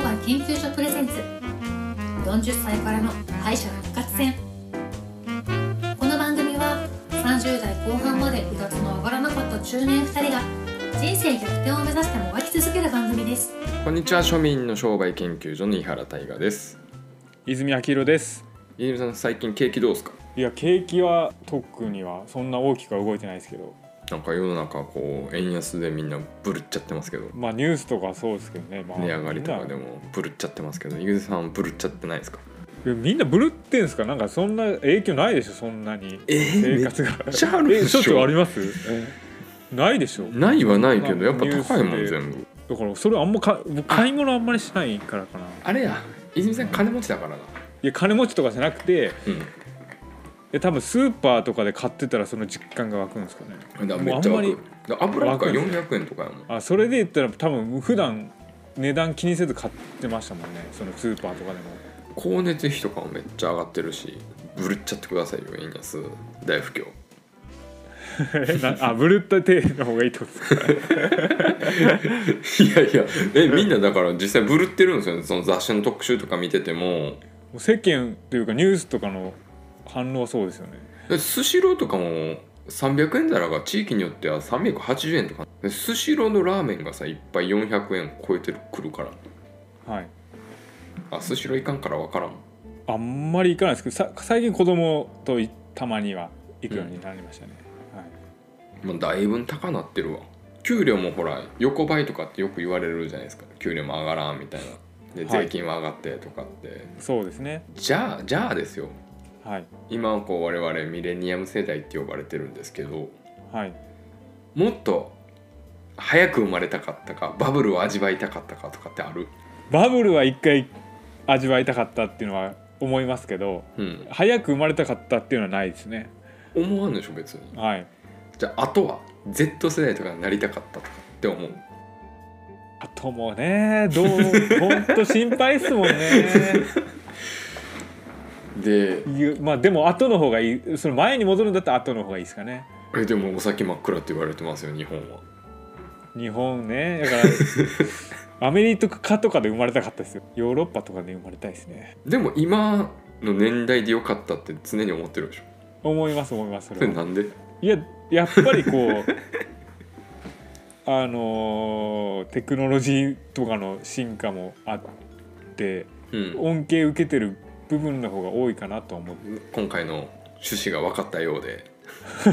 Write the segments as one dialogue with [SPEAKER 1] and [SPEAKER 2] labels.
[SPEAKER 1] 書プレゼンツ40歳からの敗者復活戦この番組は30代後半まで部活の上がらなかった中年2人が人生逆転を目指してもがき続ける番組です
[SPEAKER 2] こんにちは庶民の商売研究所の井原大河です
[SPEAKER 3] 泉明宏です
[SPEAKER 2] 飯泉さん最近景気どうですか
[SPEAKER 3] いや景気は特にはそんな大きくは動いてないですけど
[SPEAKER 2] なんか世の中こう円安でみんなブルっちゃってますけど
[SPEAKER 3] まあニュースとかはそうですけどね、まあ、
[SPEAKER 2] 値上がりとかで
[SPEAKER 3] も
[SPEAKER 2] もブルっちゃってますけど飯泉さんブルっちゃってないですか
[SPEAKER 3] みんなブルってんすかなんかそんな影響ないでしょそんなに
[SPEAKER 2] え
[SPEAKER 3] 生活が
[SPEAKER 2] っちゃあるでしょ
[SPEAKER 3] えちょっとありますえないでしょ
[SPEAKER 2] ないはないけどやっぱ
[SPEAKER 3] ニュース
[SPEAKER 2] 高いもん
[SPEAKER 3] で
[SPEAKER 2] 全部
[SPEAKER 3] だからそれあんまか僕買い物あんまりしないからかない
[SPEAKER 2] あれや泉さん金持ちだからな
[SPEAKER 3] や金持ちとかじゃなくて
[SPEAKER 2] う
[SPEAKER 3] え多分スーパーとかで買ってたらその実感が湧くんですかね
[SPEAKER 2] んだからめっちゃわか
[SPEAKER 3] もう
[SPEAKER 2] るだから油なんか
[SPEAKER 3] わかんな
[SPEAKER 2] 400円とかやもん
[SPEAKER 3] あそれで言ったら多分普段値段気にせず買ってましたもんねそのスーパーとかでも
[SPEAKER 2] 光熱費とかもめっちゃ上がってるしブルっちゃってくださいよ円安大不況
[SPEAKER 3] え なあブルッタテーの方がいいってことですか
[SPEAKER 2] いやいやえみんなだから実際ブルってるんですよねその雑誌の特集とか見てても
[SPEAKER 3] もう世間というかニュースとかの反応はそうですよね
[SPEAKER 2] でスシローとかも300円皿が地域によっては380円とかでスシローのラーメンがさいっぱい400円超えてくるから
[SPEAKER 3] はい
[SPEAKER 2] あスシローいかんから分からん
[SPEAKER 3] あんまり行かないですけどさ最近子供といたまには行くようになりましたね、はい、
[SPEAKER 2] もうだいぶん高なってるわ給料もほら横ばいとかってよく言われるじゃないですか給料も上がらんみたいなで
[SPEAKER 3] はい
[SPEAKER 2] 税金は上がってとかって、
[SPEAKER 3] そうですね
[SPEAKER 2] じゃあじゃあですよ
[SPEAKER 3] はい
[SPEAKER 2] 今こう我々ミレニアム世代って呼ばれてるんですけど
[SPEAKER 3] はい
[SPEAKER 2] もっと早く生まれたかったかバブルを味わいたかったかとかってある
[SPEAKER 3] バブルは一回味わいたかったっていうのは思いますけど
[SPEAKER 2] うん
[SPEAKER 3] 早く生まれたかったっていうのはないですね
[SPEAKER 2] 思わんでしょ別に
[SPEAKER 3] はい
[SPEAKER 2] じゃああとは Z 世代とかになりたかったとかって思う
[SPEAKER 3] あともうねどう 本当心配ですもんね
[SPEAKER 2] で
[SPEAKER 3] いうまあでも後の方がいいその前に戻るんだったら後の方がいいですかね
[SPEAKER 2] えでもお先真っ暗って言われてますよ日本は
[SPEAKER 3] 日本ねだから アメリカとかで生まれたかったですよヨーロッパとかで生まれたいですね
[SPEAKER 2] でも今の年代でよかったって常に思ってるでしょ
[SPEAKER 3] 思います思いますそ
[SPEAKER 2] それ
[SPEAKER 3] れは
[SPEAKER 2] なんで
[SPEAKER 3] いややっぱりこう あのーテクノロジーとかの進化もあって
[SPEAKER 2] うん
[SPEAKER 3] 恩恵受けてる部分の方が多いかなとは思って
[SPEAKER 2] 今回の趣旨が分かったようで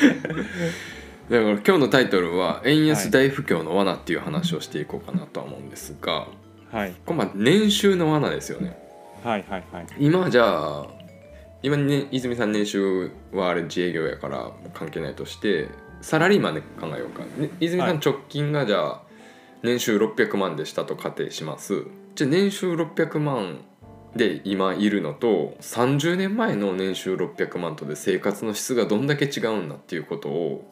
[SPEAKER 2] だから今日のタイトルは「円安大不況の罠」っていう話をしていこうかなとは思うんですが、
[SPEAKER 3] はい
[SPEAKER 2] これまあ年収の罠ですよね
[SPEAKER 3] はいはいはい
[SPEAKER 2] 今じゃあ今ね泉さん年収はあれ自営業やから関係ないとしてサラリーマンで考えようか、ね泉さ
[SPEAKER 3] は
[SPEAKER 2] ん
[SPEAKER 3] い
[SPEAKER 2] 直近がじゃあ年収600万でしたと仮定しますじゃあ年収600万で今いるのと30年前の年収600万とで生活の質がどんだけ違うんだっていうことを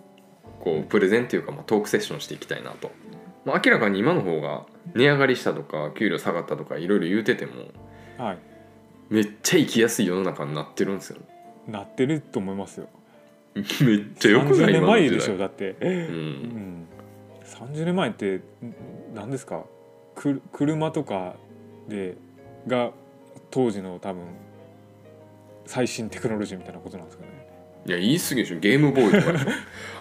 [SPEAKER 2] こうプレゼンというかまあトークセッションしていきたいなと、まあ、明らかに今の方が値上がりしたとか給料下がったとかいろいろ言うてても
[SPEAKER 3] はい
[SPEAKER 2] めっちゃ生きやすい世の中になってるんですよ
[SPEAKER 3] なってると思いますよ
[SPEAKER 2] めっちゃよくな
[SPEAKER 3] 30
[SPEAKER 2] い
[SPEAKER 3] 年
[SPEAKER 2] 今の
[SPEAKER 3] 前
[SPEAKER 2] 時代
[SPEAKER 3] でしょだって
[SPEAKER 2] うん、
[SPEAKER 3] 30年前ってん何ですかく車とかでが当時の多分最新テクノロジーみたいなことなんですかね
[SPEAKER 2] いや言い過ぎでしょゲームボーイとかでしょ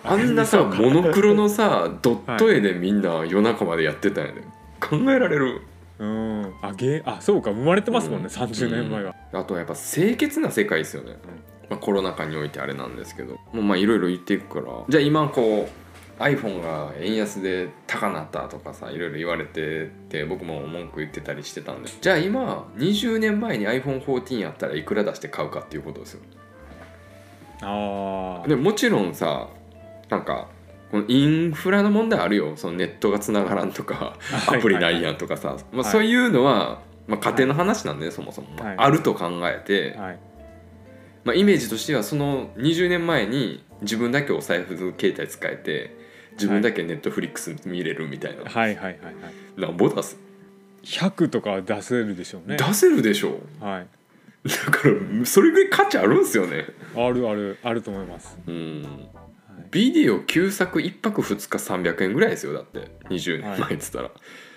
[SPEAKER 2] あんなさモノクロのさドット絵でみんな夜中までやってたんやで考えられる
[SPEAKER 3] うんあゲーあそうか生まれてますもんね、
[SPEAKER 2] うん
[SPEAKER 3] 30年前は、
[SPEAKER 2] あとはやっぱ清潔な世界ですよね、まあ、コロナ禍においてあれなんですけどもうまあいろいろ言っていくからじゃあ今こう iPhone が円安で高なったとかさいろいろ言われてて僕も文句言ってたりしてたんでじゃあ今20年前に iPhone14 やったらいくら出して買うかっていうことですよ
[SPEAKER 3] ああ
[SPEAKER 2] でもちろんさなんかこのインフラの問題あるよそのネットがつながらん とかアプリないやんとかさ、まあ、
[SPEAKER 3] はい
[SPEAKER 2] そういうのは、まあ、家庭の話なんで、そもそも、
[SPEAKER 3] はい
[SPEAKER 2] あると考えて、
[SPEAKER 3] はい
[SPEAKER 2] まあ、イメージとしてはその20年前に自分だけお財布携帯使えて自分だけネットフリックス見れるみたいな、
[SPEAKER 3] はいはいはいはい
[SPEAKER 2] なんぼ出す、
[SPEAKER 3] 100とかは出せるでしょうね
[SPEAKER 2] 出せるでしょ
[SPEAKER 3] はい
[SPEAKER 2] だからそれぐらい価値あるんすよね
[SPEAKER 3] あるあるあると思います、
[SPEAKER 2] うん
[SPEAKER 3] は
[SPEAKER 2] ビデオ旧作1泊2日300円ぐらいですよだって20年前っつったら、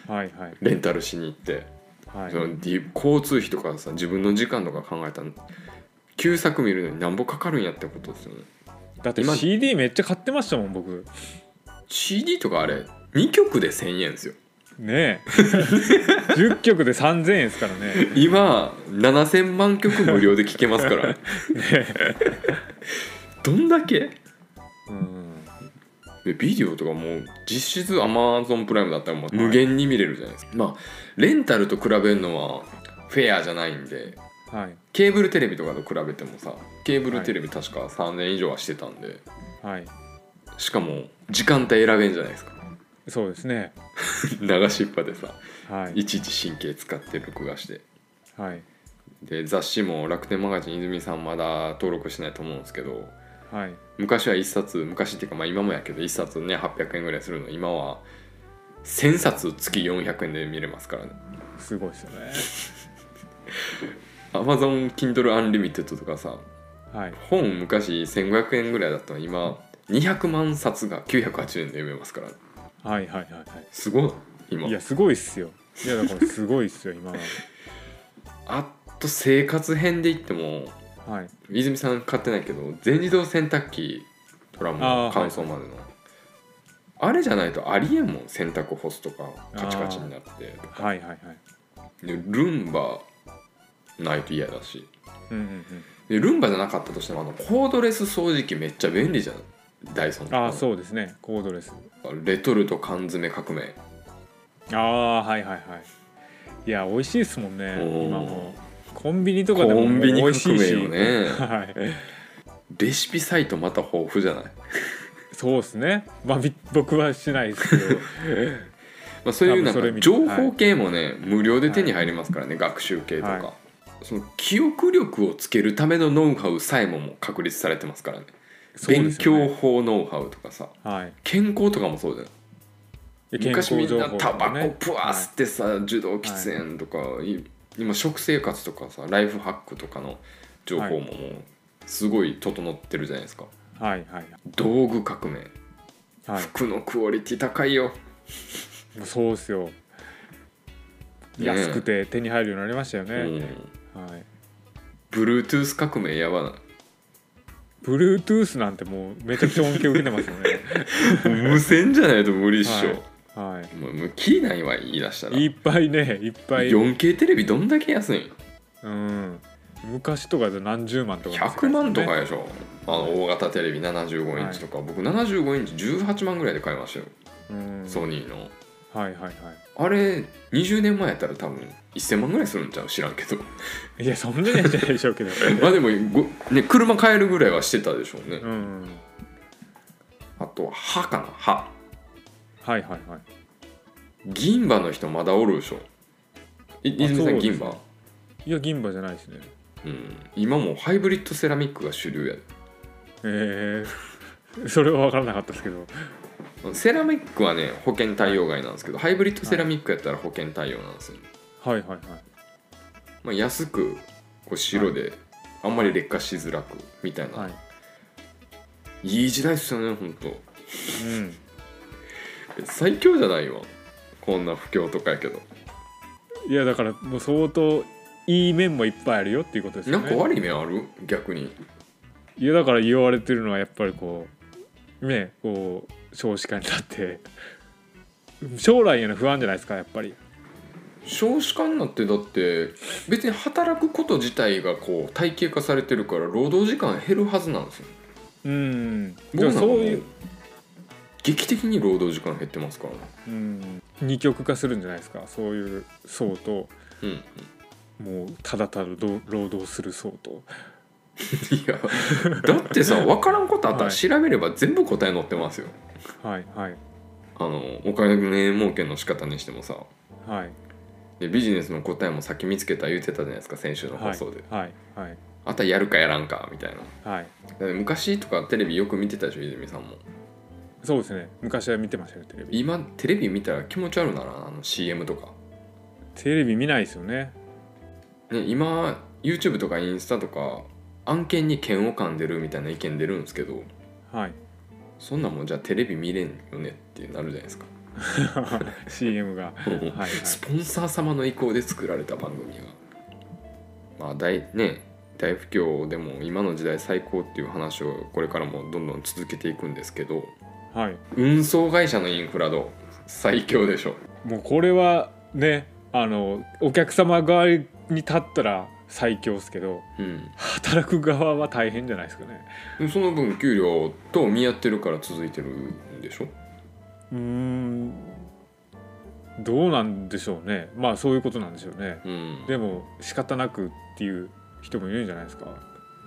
[SPEAKER 3] はいはい
[SPEAKER 2] レンタルしに行って、
[SPEAKER 3] はい
[SPEAKER 2] そのディ交通費とかさ自分の時間とか考えたら旧作見るのに何ぼかかるんやってことですよね
[SPEAKER 3] だって
[SPEAKER 2] 今
[SPEAKER 3] CD めっちゃ買ってましたもん僕
[SPEAKER 2] CD とかあれ2曲で1,000円ですよ
[SPEAKER 3] ねえ10曲で3000円ですからね
[SPEAKER 2] 今7,000万曲無料で聴けますから どんだけ
[SPEAKER 3] うん
[SPEAKER 2] でビデオとかもう実質 Amazon プライムだったらもう無限に見れるじゃないですか、まあレンタルと比べるのはフェアじゃないんで
[SPEAKER 3] はい
[SPEAKER 2] ケーブルテレビとかと比べてもさケーブルテレビ確か3年以上はしてたんで、
[SPEAKER 3] はい
[SPEAKER 2] しかも時間帯選べんじゃないですか
[SPEAKER 3] そうですね
[SPEAKER 2] 流しっぱでさ
[SPEAKER 3] はい
[SPEAKER 2] いちいち神経使って録画して
[SPEAKER 3] はい
[SPEAKER 2] で雑誌も楽天マガジン泉さんまだ登録してないと思うんですけど
[SPEAKER 3] はい
[SPEAKER 2] 昔は1冊昔っていうかまあ今もやけど1冊ね800円ぐらいするの今は1000冊月400円で見れますからね
[SPEAKER 3] すごいですよね
[SPEAKER 2] Amazon Kindle Unlimited とかさ
[SPEAKER 3] はい
[SPEAKER 2] 本昔1500円ぐらいだったのに今200万冊が980円で読めますから
[SPEAKER 3] はいはいはいはい
[SPEAKER 2] すごいな今
[SPEAKER 3] いやすごいっすよいやだからすごいっすよ今は
[SPEAKER 2] あと生活編で言っても
[SPEAKER 3] はい
[SPEAKER 2] 泉さん買ってないけど全自動洗濯機トラム
[SPEAKER 3] あー
[SPEAKER 2] の乾燥までのあ,、れじゃないとありえんもん洗濯干すとかカチカチになって
[SPEAKER 3] はいはいはい
[SPEAKER 2] でルンバないと嫌だし
[SPEAKER 3] うんうん
[SPEAKER 2] でルンバじゃなかったとしてもあのコードレス掃除機めっちゃ便利じゃないダイソン
[SPEAKER 3] うんああそうですねコードレス
[SPEAKER 2] レトルト缶詰革命
[SPEAKER 3] ああはいはいはいいや美味しいですもんね
[SPEAKER 2] おー
[SPEAKER 3] 今もコンビニとかで
[SPEAKER 2] コ
[SPEAKER 3] もも
[SPEAKER 2] ン
[SPEAKER 3] う
[SPEAKER 2] ビニ革
[SPEAKER 3] 美味しい
[SPEAKER 2] 命
[SPEAKER 3] し、
[SPEAKER 2] よね
[SPEAKER 3] はい
[SPEAKER 2] レシピサイトまた豊富じゃない、
[SPEAKER 3] そうですねまあび僕はしないですけ ど
[SPEAKER 2] まあ、そういう
[SPEAKER 3] 多
[SPEAKER 2] な
[SPEAKER 3] 分それ
[SPEAKER 2] んか
[SPEAKER 3] 見て
[SPEAKER 2] 情報系もね、無料で手に入りますからね、学習系とか、
[SPEAKER 3] は
[SPEAKER 2] その記憶力をつけるためのノウハウさえももう確立されてますからね
[SPEAKER 3] そうで
[SPEAKER 2] 勉
[SPEAKER 3] すよね
[SPEAKER 2] 強法ノウハウとかさ
[SPEAKER 3] はい
[SPEAKER 2] 健康とかもそうじゃない
[SPEAKER 3] いや健
[SPEAKER 2] 昔み
[SPEAKER 3] 康
[SPEAKER 2] ん
[SPEAKER 3] 情
[SPEAKER 2] な
[SPEAKER 3] 報
[SPEAKER 2] タ
[SPEAKER 3] と
[SPEAKER 2] バ
[SPEAKER 3] か
[SPEAKER 2] コ
[SPEAKER 3] ね
[SPEAKER 2] プワー吸ってさ、受動喫煙とか、い今食生活とかさライフハックとかの情報ももうすごい整ってるじゃないですか
[SPEAKER 3] はいはい
[SPEAKER 2] 道具革命
[SPEAKER 3] はい、
[SPEAKER 2] 服のクオリティ高いよ
[SPEAKER 3] はい、そうですよ
[SPEAKER 2] え
[SPEAKER 3] 安くて手に入るようになりましたよね、はい
[SPEAKER 2] Bluetooth 革命やばない
[SPEAKER 3] Bluetooth なんてもうめちゃくちゃ恩恵受けてますよね
[SPEAKER 2] 無線じゃないと無理っしょ、
[SPEAKER 3] は
[SPEAKER 2] もうもうキーないわ言い出したら
[SPEAKER 3] いいっぱいねいっぱい
[SPEAKER 2] 4K テレビどんだけ安いん
[SPEAKER 3] うん昔とかで何十万とかの世界です
[SPEAKER 2] 100
[SPEAKER 3] ね
[SPEAKER 2] 万とかでしょあの大型テレビ75インチとか、僕75インチ18万ぐらいで買いましたよ、
[SPEAKER 3] うん
[SPEAKER 2] ソニーの
[SPEAKER 3] はいはいは
[SPEAKER 2] あれ20年前やったら多分1000万ぐらいするんちゃう知らんけど
[SPEAKER 3] いいやそんなにはしないでしょう けど
[SPEAKER 2] まあでもご、ね、車買えるぐらいはしてたでしょうね
[SPEAKER 3] うん
[SPEAKER 2] あとは歯かな歯
[SPEAKER 3] はいはいはい
[SPEAKER 2] 銀歯の人まだおるでしょい
[SPEAKER 3] あ
[SPEAKER 2] 泉さ
[SPEAKER 3] そ
[SPEAKER 2] ん
[SPEAKER 3] うです
[SPEAKER 2] 銀
[SPEAKER 3] ね
[SPEAKER 2] 歯
[SPEAKER 3] いや銀歯じゃないですね
[SPEAKER 2] うん、今もうハイブリッドセラミックが主流や
[SPEAKER 3] えー、それは分からなかったですけど
[SPEAKER 2] でセラミックはね保険対応外なんですけどハイブリッドセラミックやったら保険対応なんですよ、
[SPEAKER 3] はいはいはい
[SPEAKER 2] まあ、安くこう白であんまり劣化しづらくみたいな、
[SPEAKER 3] はいい、
[SPEAKER 2] い、時代っすよねほんと
[SPEAKER 3] うん、
[SPEAKER 2] 最強じゃないわこんな不況とかやけど
[SPEAKER 3] いやだからもう相当いい面もいっぱいあるよっていうことです
[SPEAKER 2] な
[SPEAKER 3] よ
[SPEAKER 2] んか
[SPEAKER 3] ね
[SPEAKER 2] 悪い面ある逆に
[SPEAKER 3] いやだから言われてるのはやっぱりこうねこう少子化になって将来への不安じゃないですかやっぱり
[SPEAKER 2] 少子化になってだって別に働くこと自体がこう体系化されてるから労働時間減るはずなんですよ
[SPEAKER 3] うん
[SPEAKER 2] 僕
[SPEAKER 3] で
[SPEAKER 2] な
[SPEAKER 3] も
[SPEAKER 2] んか
[SPEAKER 3] そう
[SPEAKER 2] もう
[SPEAKER 3] いう、
[SPEAKER 2] 劇的に労働時間減ってますからね
[SPEAKER 3] うん、二極化するんじゃないですかそういう層と
[SPEAKER 2] うんい
[SPEAKER 3] もうただただど労働する層と
[SPEAKER 2] やだってさ分からんことあったら調べれば全部答え載ってますよ、
[SPEAKER 3] はいはい
[SPEAKER 2] あのお金儲けの仕方にしてもさ
[SPEAKER 3] はい
[SPEAKER 2] でビジネスの答えも先見つけた言ってたじゃないですか先週の
[SPEAKER 3] は
[SPEAKER 2] 放
[SPEAKER 3] い
[SPEAKER 2] 送で、
[SPEAKER 3] はいはい
[SPEAKER 2] あとはやるかやらんかみたいなだ
[SPEAKER 3] はい
[SPEAKER 2] って昔とかテレビよく見てたでしょ泉さんも
[SPEAKER 3] そうですね昔は見てましたよテレビ
[SPEAKER 2] 今テレビ見たら気持ち悪いならあの CM とか、
[SPEAKER 3] テレビ見ないですよね
[SPEAKER 2] ね、今 YouTube とかインスタとか案件に嫌悪感出るみたいな意見出るんですけど
[SPEAKER 3] はい
[SPEAKER 2] そんなんもんじゃあテレビ見れんよねってなるじゃないですか
[SPEAKER 3] CM が、はい
[SPEAKER 2] うん
[SPEAKER 3] はい、
[SPEAKER 2] スポンサー様の意向で作られた番組がまあ大ね大不況でも今の時代最高っていう話をこれからもどんどん続けていくんですけど
[SPEAKER 3] はい、
[SPEAKER 2] 運送会社のインフラどう最強でしょ
[SPEAKER 3] もうこれはねあのお客様側に立ったら最強ですけど
[SPEAKER 2] うん
[SPEAKER 3] 働く側は大変じゃないですかね
[SPEAKER 2] でその分給料と見合ってるから続いてるんでしょ
[SPEAKER 3] うーんどうなんでしょうねまあそういうことなんでしょうね
[SPEAKER 2] うん
[SPEAKER 3] でも仕方なくっていう人もいるんじゃないですか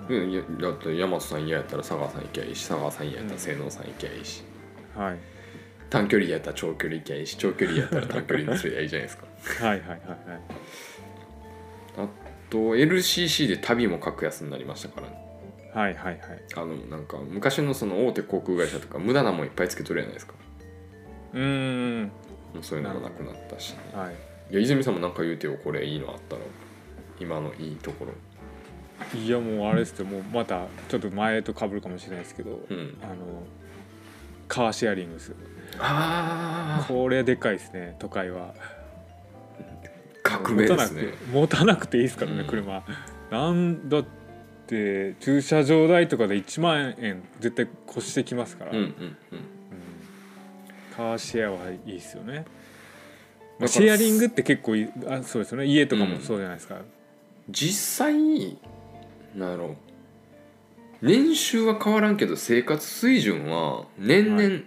[SPEAKER 2] うんいやだって山本さん嫌やったら佐川さん行きゃいいし佐川さん嫌やったら性能さん行きゃいいし
[SPEAKER 3] はい
[SPEAKER 2] 短距離やったら長距離行きゃいいし長距離やったら短距離にすりゃいいじゃないですか
[SPEAKER 3] はいはいはいはい
[SPEAKER 2] あと LCC で旅も格安になりましたからね
[SPEAKER 3] はいはいはい
[SPEAKER 2] あのなんか昔のその大手航空会社とか無駄なもんいっぱいつけとるじゃないですか
[SPEAKER 3] うーん
[SPEAKER 2] もうそういうのもなくなったし、ね、
[SPEAKER 3] はい
[SPEAKER 2] いや泉さんもなんか言うてよこれいいのあったら今のいいところ
[SPEAKER 3] いやもうあれですよもうまたちょっと前と被るかもしれないですけど、
[SPEAKER 2] うん
[SPEAKER 3] あのカーシェアリングですよ
[SPEAKER 2] あ
[SPEAKER 3] これでかいですね都会は
[SPEAKER 2] 革命ですね
[SPEAKER 3] 持たなくて持たなくていいですからね、
[SPEAKER 2] うん
[SPEAKER 3] 車なんだって駐車場代とかで1万円絶対越してきますから、
[SPEAKER 2] うんう
[SPEAKER 3] うん
[SPEAKER 2] んうん
[SPEAKER 3] カーシェアはいいですよね、ま
[SPEAKER 2] だから
[SPEAKER 3] あ、シェアリングって結構いあそうですよね家とかもそうじゃないですか、
[SPEAKER 2] 実際なんやろ年収は変わらんけど生活水準は年
[SPEAKER 3] は
[SPEAKER 2] 々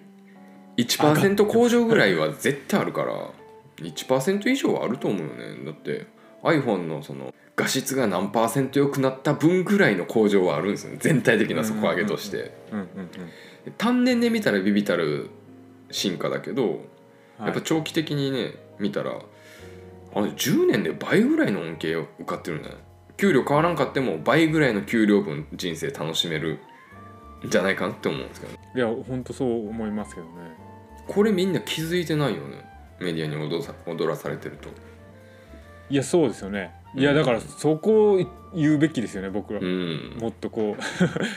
[SPEAKER 2] 1%向上ぐらいは絶対あるから1%以上はあると思うよねだって iPhone のその画質が何パーセント良くなった分ぐらいの向上はあるんですよね全体的な底上げとして、
[SPEAKER 3] うんうんうん
[SPEAKER 2] 単年で見たらビビたる進化だけど
[SPEAKER 3] はい
[SPEAKER 2] やっぱ長期的にね見たらあの10年で倍ぐらいの恩恵を受かってるんだよ給料変わらんかっても倍ぐらいの給料分人生楽しめるんじゃないかなって思うんですけど、ね、
[SPEAKER 3] いや本当そう思いますけどね
[SPEAKER 2] これみんな気づいてないよねメディアに踊さ踊らされてると
[SPEAKER 3] いやそうですよね
[SPEAKER 2] うん
[SPEAKER 3] いやだからそこを言うべきですよね僕ら、
[SPEAKER 2] うん
[SPEAKER 3] もっとこう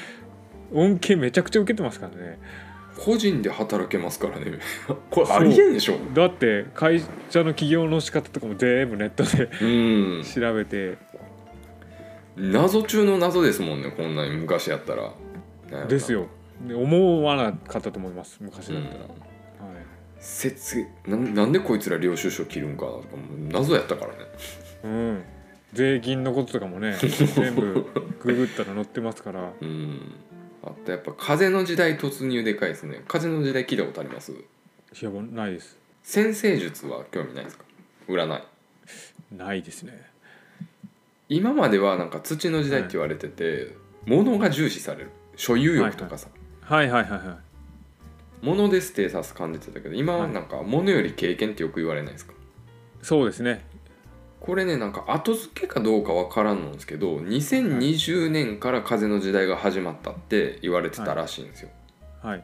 [SPEAKER 3] 恩恵めちゃくちゃ受けてますからね
[SPEAKER 2] 個人で働けますからね これありえんでしょ
[SPEAKER 3] だって会社の起業の仕方とかも全部ネットで
[SPEAKER 2] うん
[SPEAKER 3] 調べて
[SPEAKER 2] 謎中の謎ですもんねこんなに昔やったらなんやろな
[SPEAKER 3] ですよで思わなかったと思います昔
[SPEAKER 2] う
[SPEAKER 3] だったら、
[SPEAKER 2] ん
[SPEAKER 3] はい
[SPEAKER 2] 説なんなんでこいつら領収書切るんかなとかもう謎やったからね
[SPEAKER 3] うん、税金のこととか もね全部ググったら載ってますから
[SPEAKER 2] うんあとやっぱ風の時代突入でかいですね風の時代聞いたことあります
[SPEAKER 3] やばないです
[SPEAKER 2] 先生術は興味ないですか占い
[SPEAKER 3] ないですね
[SPEAKER 2] 今まではなんか土の時代って言われてて、物が重視される所有欲とかさ、
[SPEAKER 3] はいはいはいは
[SPEAKER 2] 物でステータス感じてたけど今はなんか物より経験ってよく言われないですか
[SPEAKER 3] いそうですね
[SPEAKER 2] これねなんか後付けかどうかわからんのんですけど2020年から風の時代が始まったって言われてたらしいんですよ
[SPEAKER 3] はい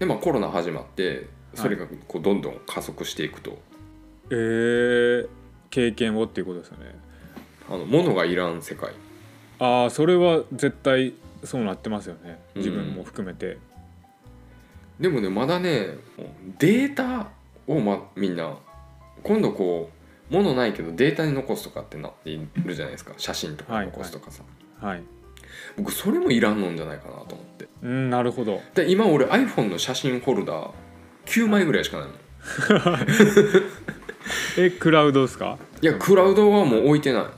[SPEAKER 2] でまあコロナ始まってそれがこうどんどん加速していくと、
[SPEAKER 3] えー、経験をっていうことですよね
[SPEAKER 2] あの物がいらん世界
[SPEAKER 3] ああそれは絶対そうなってますよね自分も含めて、
[SPEAKER 2] でもねまだねデータを、ま、みんな今度こう物ないけどデータに残すとかってなっているじゃないですか写真とか
[SPEAKER 3] はい
[SPEAKER 2] 残すとかさ、
[SPEAKER 3] はい
[SPEAKER 2] 僕それもいらんのんじゃないかなと思って
[SPEAKER 3] うんなるほど
[SPEAKER 2] で今俺 iPhone の写真フォルダ9枚ぐらいしかないの
[SPEAKER 3] えクラウドですか
[SPEAKER 2] いやクラウドはもう置いてな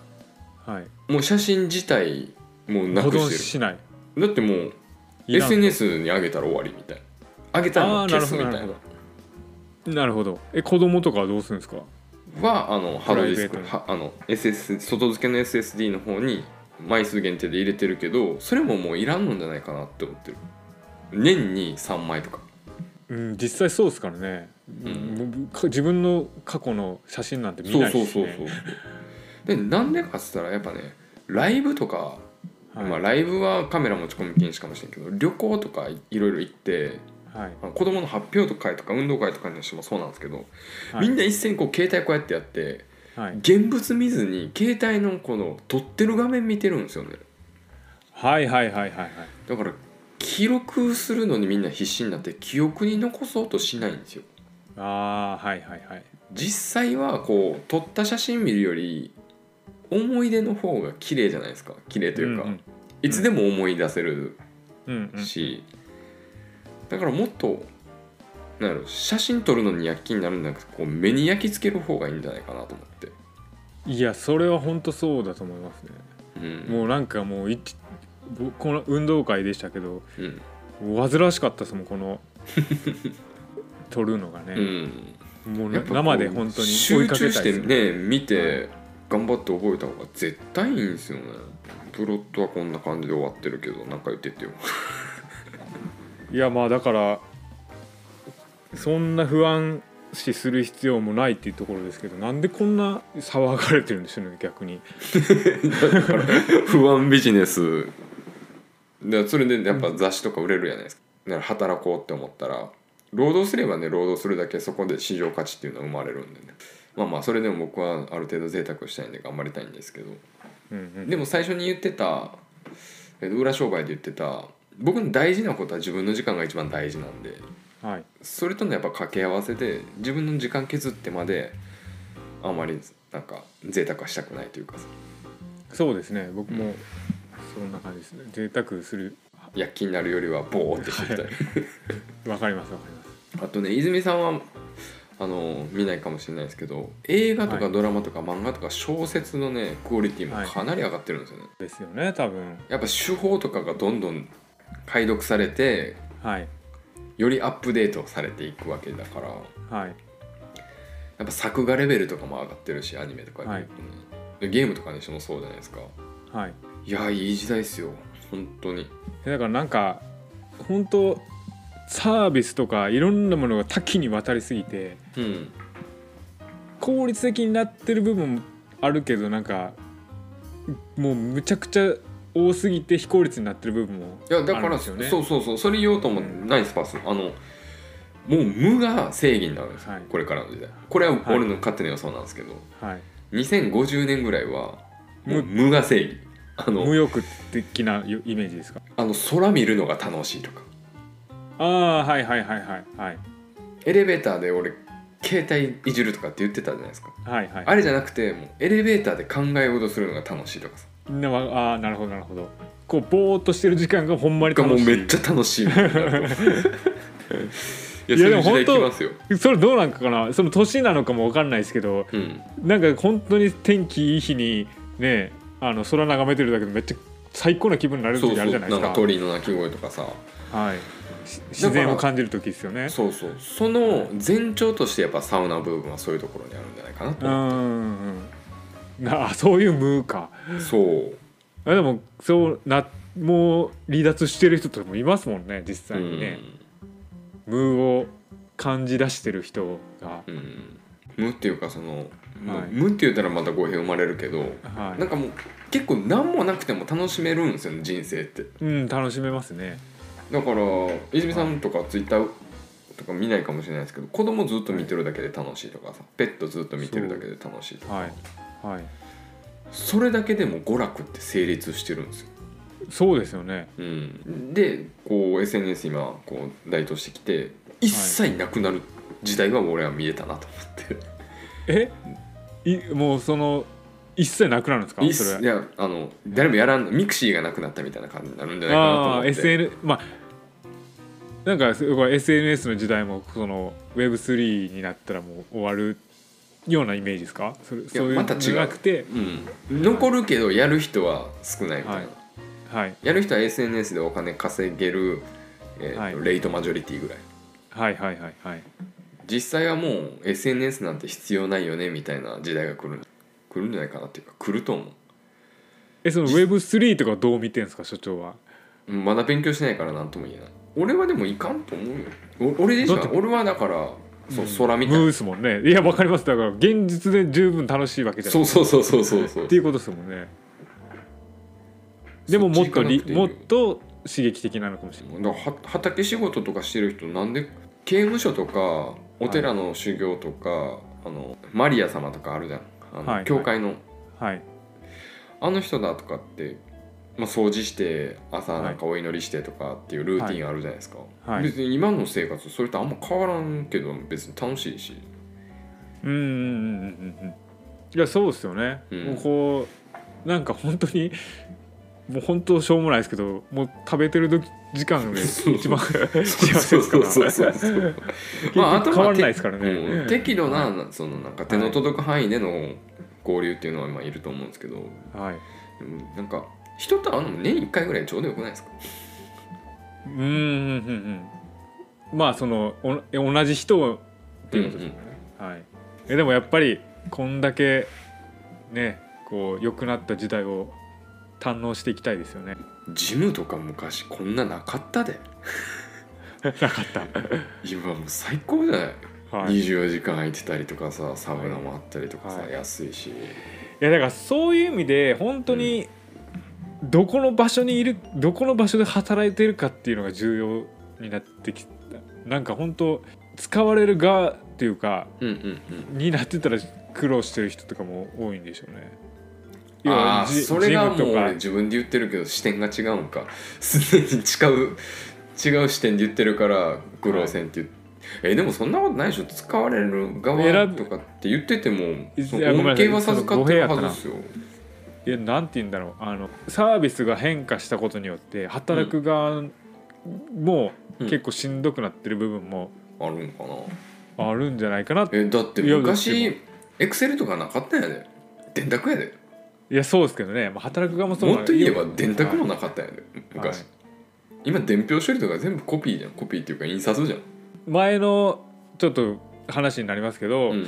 [SPEAKER 3] はい
[SPEAKER 2] いもう写真自体もうな
[SPEAKER 3] 保
[SPEAKER 2] くし
[SPEAKER 3] 存
[SPEAKER 2] て
[SPEAKER 3] しない
[SPEAKER 2] るだってもう
[SPEAKER 3] いらん
[SPEAKER 2] SNS に上げたら終わりみたいな上げたらもう消すみたい
[SPEAKER 3] あーな
[SPEAKER 2] な
[SPEAKER 3] るほなるほどえ子供とかはどうするんですか
[SPEAKER 2] はあのハードディス
[SPEAKER 3] プ
[SPEAKER 2] ク
[SPEAKER 3] ライベー
[SPEAKER 2] はあの SS 外付けの SSD の方に枚数限定で入れてるけどそれももういらんのんじゃないかなって思ってる年に3枚とか
[SPEAKER 3] うん実際そうですからね、
[SPEAKER 2] ん
[SPEAKER 3] か自分の過去の写真なんて見
[SPEAKER 2] そ
[SPEAKER 3] な
[SPEAKER 2] う
[SPEAKER 3] い
[SPEAKER 2] そう
[SPEAKER 3] です
[SPEAKER 2] そう
[SPEAKER 3] ね
[SPEAKER 2] そうでなんでかっつったらやっぱねライブとか、
[SPEAKER 3] はい
[SPEAKER 2] まあ、ライブはカメラ持ち込み禁止かもしれんけど旅行とかいろいろ行って
[SPEAKER 3] はい
[SPEAKER 2] あの子供の発表会とか運動会とかにしてもそうなんですけど、
[SPEAKER 3] は
[SPEAKER 2] み
[SPEAKER 3] い
[SPEAKER 2] んな一斉にこう携帯こうやってやって
[SPEAKER 3] はい
[SPEAKER 2] 現物見ずに携帯のこの撮ってる画面見てるんですよね
[SPEAKER 3] はいはいはいはいはい
[SPEAKER 2] だから記録するのにみんな必死になって記憶に残そうとしないんですよ
[SPEAKER 3] ああはいはいはい
[SPEAKER 2] 実際はこう撮った写真見るより思い出の方が綺麗じゃないですか綺麗というか、
[SPEAKER 3] ん
[SPEAKER 2] いつでも思い出せる
[SPEAKER 3] うんうんうん
[SPEAKER 2] し、だからもっとなんやろ写真撮るのに躍起になるんじゃなくてこう目に焼き付ける方がいいんじゃないかなと思って、
[SPEAKER 3] いやそれは本当そうだと思いますね、
[SPEAKER 2] うん
[SPEAKER 3] もうなんかもういちぼこの運動会でしたけど
[SPEAKER 2] うん
[SPEAKER 3] 煩わしかったですもん この撮るのが
[SPEAKER 2] う
[SPEAKER 3] ね、
[SPEAKER 2] ん、
[SPEAKER 3] もう
[SPEAKER 2] や
[SPEAKER 3] な
[SPEAKER 2] っぱこう
[SPEAKER 3] 生で本当に追
[SPEAKER 2] 集
[SPEAKER 3] いかけ
[SPEAKER 2] 中
[SPEAKER 3] た
[SPEAKER 2] し
[SPEAKER 3] いで
[SPEAKER 2] て
[SPEAKER 3] す
[SPEAKER 2] ね見て頑張って覚えた方が絶対いいんですよねプロットはこんな感じで終わってるけどなんか言って ってよ
[SPEAKER 3] いやまあだからそんな不安視する必要もないっていうところですけどなんでこんな騒がれてるんでしょうね逆に
[SPEAKER 2] 不安ビジネスだからそれでやっぱ雑誌とか売れるじゃないですかだから働こうって思ったら労働すればね労働するだけそこで市場価値っていうのは生まれるんでねまあまあそれでも僕はある程度贅沢したいんで頑張りたいんですけど
[SPEAKER 3] うんうん
[SPEAKER 2] でも最初に言ってたえっと裏商売で言ってた僕の大事なことは自分の時間が一番大事なんで
[SPEAKER 3] はい
[SPEAKER 2] それとのやっぱ掛け合わせで自分の時間削ってまであまりなんか贅沢はしたくないというかさ
[SPEAKER 3] そうですね僕もそんな感じですね贅沢する
[SPEAKER 2] 躍起になるよりはボーってしていきたい
[SPEAKER 3] わかりますわかります
[SPEAKER 2] あとね泉さんはあの見ないかもしれないですけど映画と
[SPEAKER 3] は
[SPEAKER 2] かドラマとか漫画とか小説のねクオリティ
[SPEAKER 3] はい
[SPEAKER 2] もかなり上がってるんですよね、
[SPEAKER 3] ですよね多分
[SPEAKER 2] やっぱ手法とかがどんどん解読されて
[SPEAKER 3] はい
[SPEAKER 2] よりアップデートされていくわけだからや
[SPEAKER 3] はい
[SPEAKER 2] っぱ作画レベルとかも上がってるしアニメとか
[SPEAKER 3] は
[SPEAKER 2] で
[SPEAKER 3] い
[SPEAKER 2] でゲームとかにしてもそうじゃないですか
[SPEAKER 3] はい
[SPEAKER 2] いやいい時代ですよ本当に
[SPEAKER 3] だからなんか本当サービスとかいろんなものが多岐にわたりすぎて
[SPEAKER 2] うん
[SPEAKER 3] 効率的になってる部分もあるけどなんかもうむちゃくちゃ多すぎて非効率になってる部分も
[SPEAKER 2] いやだ
[SPEAKER 3] あ
[SPEAKER 2] か
[SPEAKER 3] るん
[SPEAKER 2] ら
[SPEAKER 3] ですよね
[SPEAKER 2] そうそうそうそれ言おうと思って、
[SPEAKER 3] う
[SPEAKER 2] ナイスパスあのもう無が正義になるんですよ、
[SPEAKER 3] はい
[SPEAKER 2] これからの時代これは
[SPEAKER 3] はい
[SPEAKER 2] 俺の勝手な予想なんですけど、
[SPEAKER 3] はい
[SPEAKER 2] 2050年ぐらいはもう
[SPEAKER 3] 無
[SPEAKER 2] 無が正義あ
[SPEAKER 3] 無
[SPEAKER 2] の
[SPEAKER 3] 欲的なよイメージですか
[SPEAKER 2] あの空見るのが楽しいとか
[SPEAKER 3] ああはいはいはいはいはい
[SPEAKER 2] エレベーターで俺携帯いじるとかって言ってたじゃないですか
[SPEAKER 3] はいはい
[SPEAKER 2] あれじゃなくてもうエレベーターで考え事するのが楽しいとかさ
[SPEAKER 3] なわあーなるほどなるほどこうぼーっとしてる時間がほんまに
[SPEAKER 2] がも
[SPEAKER 3] 楽
[SPEAKER 2] う
[SPEAKER 3] しい
[SPEAKER 2] め っちゃ楽しいみたいにな るといや
[SPEAKER 3] いや
[SPEAKER 2] そういう時代
[SPEAKER 3] でも本当
[SPEAKER 2] 来ますよ、
[SPEAKER 3] それどうなんかなその年なのかもわかんないですけど
[SPEAKER 2] うん、
[SPEAKER 3] なんか本当に天気いい日にねあの空眺めてるだけでめっちゃ最高な気分になれる
[SPEAKER 2] そう
[SPEAKER 3] 時
[SPEAKER 2] そ
[SPEAKER 3] あ
[SPEAKER 2] う
[SPEAKER 3] るじ
[SPEAKER 2] な
[SPEAKER 3] ゃ
[SPEAKER 2] ん
[SPEAKER 3] ないですか
[SPEAKER 2] か鳥の鳴き声とかさ
[SPEAKER 3] はいし自然を感じる時ですよね
[SPEAKER 2] そうそうその前兆としてやっぱサウナ部分はそういうところにあるんじゃないかな
[SPEAKER 3] う
[SPEAKER 2] と、
[SPEAKER 3] んうんうんなあそういうムーか
[SPEAKER 2] そう
[SPEAKER 3] あでもそうなもう離脱してる人とかもいますもんね実
[SPEAKER 2] う
[SPEAKER 3] 際にね、
[SPEAKER 2] ん、
[SPEAKER 3] ムーを感じ出してる人が
[SPEAKER 2] うん、無っていうかその、もう
[SPEAKER 3] はい
[SPEAKER 2] 無って言ったらまた語弊生まれるけど、
[SPEAKER 3] は
[SPEAKER 2] なんかもう結構何もなくても楽しめるんですよね人生って
[SPEAKER 3] い、うん、楽しめますね
[SPEAKER 2] だから泉さんとかツイッターとか見ないかもしれないですけど子供ずっと見てるだけで楽しいとかさペットずっと見てるだけで楽しいとか
[SPEAKER 3] はいはい
[SPEAKER 2] それだけでも娯楽って成立してるんですよ
[SPEAKER 3] そうですよね
[SPEAKER 2] うん、でこう SNS 今こう台頭してきて一切なくなる時代は俺は見えたなと思って、
[SPEAKER 3] えいもうその一切なくなるんですか
[SPEAKER 2] い、
[SPEAKER 3] それ
[SPEAKER 2] いやあの誰もやらんミクシーがなくなったみたいな感じになるんじゃないかなと思
[SPEAKER 3] あ
[SPEAKER 2] っ
[SPEAKER 3] あ
[SPEAKER 2] て
[SPEAKER 3] SN まあなんかすごい SNS の時代もその Web3 になったらもう終わるようなイメージですかそれそういう
[SPEAKER 2] また違
[SPEAKER 3] の
[SPEAKER 2] う
[SPEAKER 3] じゃなくて
[SPEAKER 2] うん、残るけどやる人は少ないみたいな、
[SPEAKER 3] はいはい、
[SPEAKER 2] やる人は SNS でお金稼げる、えーと
[SPEAKER 3] はい
[SPEAKER 2] レイトマジョリティぐらい
[SPEAKER 3] はいはいはいはい
[SPEAKER 2] 実際はもう SNS なんて必要ないよねみたいな時代が来る来るんじゃないかなっていうか来ると思う
[SPEAKER 3] えその Web3 とかどう見てんですか所長は
[SPEAKER 2] うんまだ勉強してないから何とも言えない俺はでもいかんと思うよお俺でしょ
[SPEAKER 3] だって
[SPEAKER 2] 俺はだからそう
[SPEAKER 3] うん
[SPEAKER 2] 空み
[SPEAKER 3] ム
[SPEAKER 2] たい
[SPEAKER 3] ー
[SPEAKER 2] な
[SPEAKER 3] ですもんねいやわかりますだから現実で十分楽しいわけじゃな
[SPEAKER 2] そ
[SPEAKER 3] いう
[SPEAKER 2] そうそうそうそうそう
[SPEAKER 3] っていう ことですもんねでももっとり
[SPEAKER 2] そっち行
[SPEAKER 3] も
[SPEAKER 2] かなく
[SPEAKER 3] っ
[SPEAKER 2] ていいよ
[SPEAKER 3] と刺激的なのかもしれない
[SPEAKER 2] だからは畑仕事とかしてる人なんで刑務所とかお寺の修行とか、あのマリア様とかあるじゃんあの、
[SPEAKER 3] はい
[SPEAKER 2] 教会の
[SPEAKER 3] はい
[SPEAKER 2] あの人だとかってまあ、掃除して朝なんかお祈りしてとかっていうルーティンあるじゃないですか、
[SPEAKER 3] はい
[SPEAKER 2] 別に今の生活それとあんま変わらんけど別に楽しいし
[SPEAKER 3] うんうんうんうんうんうんいやそうですよね、
[SPEAKER 2] うん
[SPEAKER 3] もうこうなんか本当にもう本当しょうもないですけどもう食べてる時時間が一番幸せですから
[SPEAKER 2] そうそうそうそうまああと
[SPEAKER 3] 結局
[SPEAKER 2] は
[SPEAKER 3] 変わらないですからね、
[SPEAKER 2] うん適度ななそのなんか手の届く範囲での交流っていうのはまあいると思うんですけど
[SPEAKER 3] はい
[SPEAKER 2] でもなんか人と会うのも年1回ぐらいちょうどよくないですか
[SPEAKER 3] うんうんうんうんまあそのお同じ人っていうことですよね、はい、えでもやっぱりこんだけねこう良くなった時代を堪能していきたいですよね
[SPEAKER 2] ジムとか昔こんななかったで
[SPEAKER 3] なかっ
[SPEAKER 2] 今もう最高じゃない、
[SPEAKER 3] た、はい、い
[SPEAKER 2] 24時間空いてたりとかさサウナもあったりとかさ、
[SPEAKER 3] はい
[SPEAKER 2] 安いし
[SPEAKER 3] やだからそういう意味で本当にどこの場所にいるどこの場所で働いてるかっていうのが重要になってきたなんか本当使われる側っていうか
[SPEAKER 2] うんうんうん
[SPEAKER 3] になってたら苦労してる人とかも多いんでしょうね。要は
[SPEAKER 2] ああ
[SPEAKER 3] ジ
[SPEAKER 2] それがも
[SPEAKER 3] ジ
[SPEAKER 2] う
[SPEAKER 3] ムとか
[SPEAKER 2] 俺自分で言ってるけど視点が違うんかすでに違う違う視点で言ってるから苦労せんって言って。えでもそんなことないでしょ使われる側
[SPEAKER 3] 選ぶ
[SPEAKER 2] とかって言ってても
[SPEAKER 3] い
[SPEAKER 2] そ
[SPEAKER 3] やごめん
[SPEAKER 2] の
[SPEAKER 3] な
[SPEAKER 2] 恩
[SPEAKER 3] さい
[SPEAKER 2] 恵は授かってるはずですよ
[SPEAKER 3] いやなんて言うんだろうあのサービスが変化したことによって働く側も
[SPEAKER 2] うん
[SPEAKER 3] 結構しんどくなってる部分も
[SPEAKER 2] あるんかな
[SPEAKER 3] あるんじゃないかなって、
[SPEAKER 2] えだって
[SPEAKER 3] いやで
[SPEAKER 2] 昔エクセルとかなかったんやで電卓やで
[SPEAKER 3] いやそうですけどね、まあ、働く側もそう
[SPEAKER 2] もっと言えば
[SPEAKER 3] よく
[SPEAKER 2] 電卓もなかったんやで
[SPEAKER 3] は
[SPEAKER 2] 昔
[SPEAKER 3] い
[SPEAKER 2] 今伝票処理とか全部コピーじゃんコピーっていうか印刷じゃん
[SPEAKER 3] 前のちょっと話になりますけど、
[SPEAKER 2] うん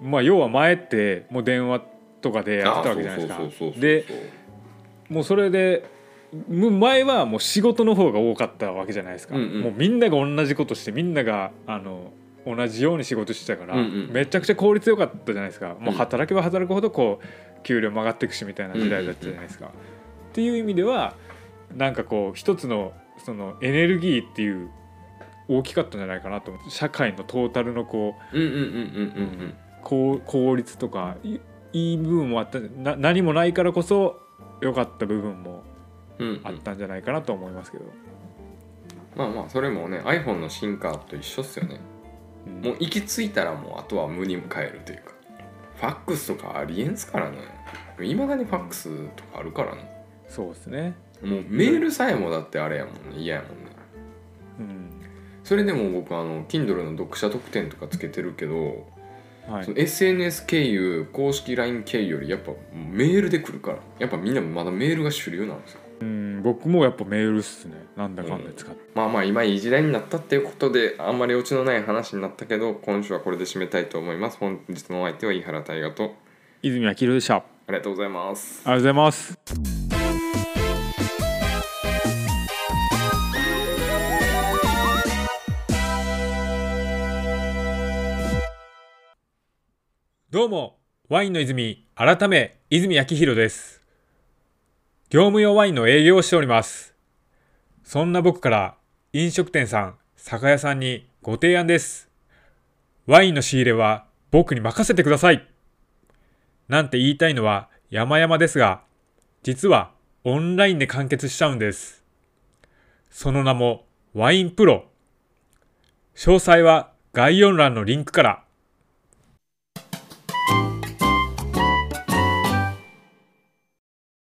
[SPEAKER 3] まあ要は前ってもう電話とかでやってたわけじゃない
[SPEAKER 2] あーそう
[SPEAKER 3] です
[SPEAKER 2] そうそうそうそ
[SPEAKER 3] か。
[SPEAKER 2] う
[SPEAKER 3] でもうそれでむ前はもう仕事の方が多かったわけじゃないですか、
[SPEAKER 2] うんうん
[SPEAKER 3] もうみんなが同じことしてみんながあの同じように仕事してたから、
[SPEAKER 2] うんうん
[SPEAKER 3] めちゃくちゃ効率よかったじゃないですかもううん働けば働くほどこう給料も上がっていくしみたいな時代だったじゃないですか。っていう意味ではなんかこう一つのそのエネルギーっていう大きかったんじゃないかなと思って社会のトータルのこ
[SPEAKER 2] う
[SPEAKER 3] う
[SPEAKER 2] んうんうんうんうんうん
[SPEAKER 3] 効効率とかいいい部分もあったな何もないからこそ良かった部分も
[SPEAKER 2] うんうん
[SPEAKER 3] あったんじゃないかなと思いますけど、
[SPEAKER 2] まあまあそれもね iPhone の進化と一緒っすよね
[SPEAKER 3] うん
[SPEAKER 2] もう行き着いたらもうあとは無に帰るというかファックスとかありえんすからねいまだにファックスとかあるからね
[SPEAKER 3] そうですね、
[SPEAKER 2] もうメールさえもだってあれやもんね嫌やもんね
[SPEAKER 3] うん
[SPEAKER 2] それでも僕あの Kindle の読者特典とかつけてるけど、
[SPEAKER 3] はい
[SPEAKER 2] その SNS 経由公式 LINE 経由よりやっぱメールで来るからやっぱみんなまだメールが主流なんですよ
[SPEAKER 3] うん、僕もやっぱメールっすねなんだかんだ使って、
[SPEAKER 2] まあまあ今いい時代になったっていうことであんまりオチのない話になったけど今週はこれで締めたいと思います本日のお相手は飯原大我と
[SPEAKER 3] 泉明宏でしたあ
[SPEAKER 2] ありがとうございます
[SPEAKER 3] りがとうございますどうもワインの泉改め泉明宏です業務用ワインの営業をしておりますそんな僕から飲食店さん酒屋さんにご提案ですワインの仕入れは僕に任せてくださいなんて言いたいのは山々ですが、実はオンラインで完結しちゃうんです。その名もワインプロ。詳細は概要欄のリンクから。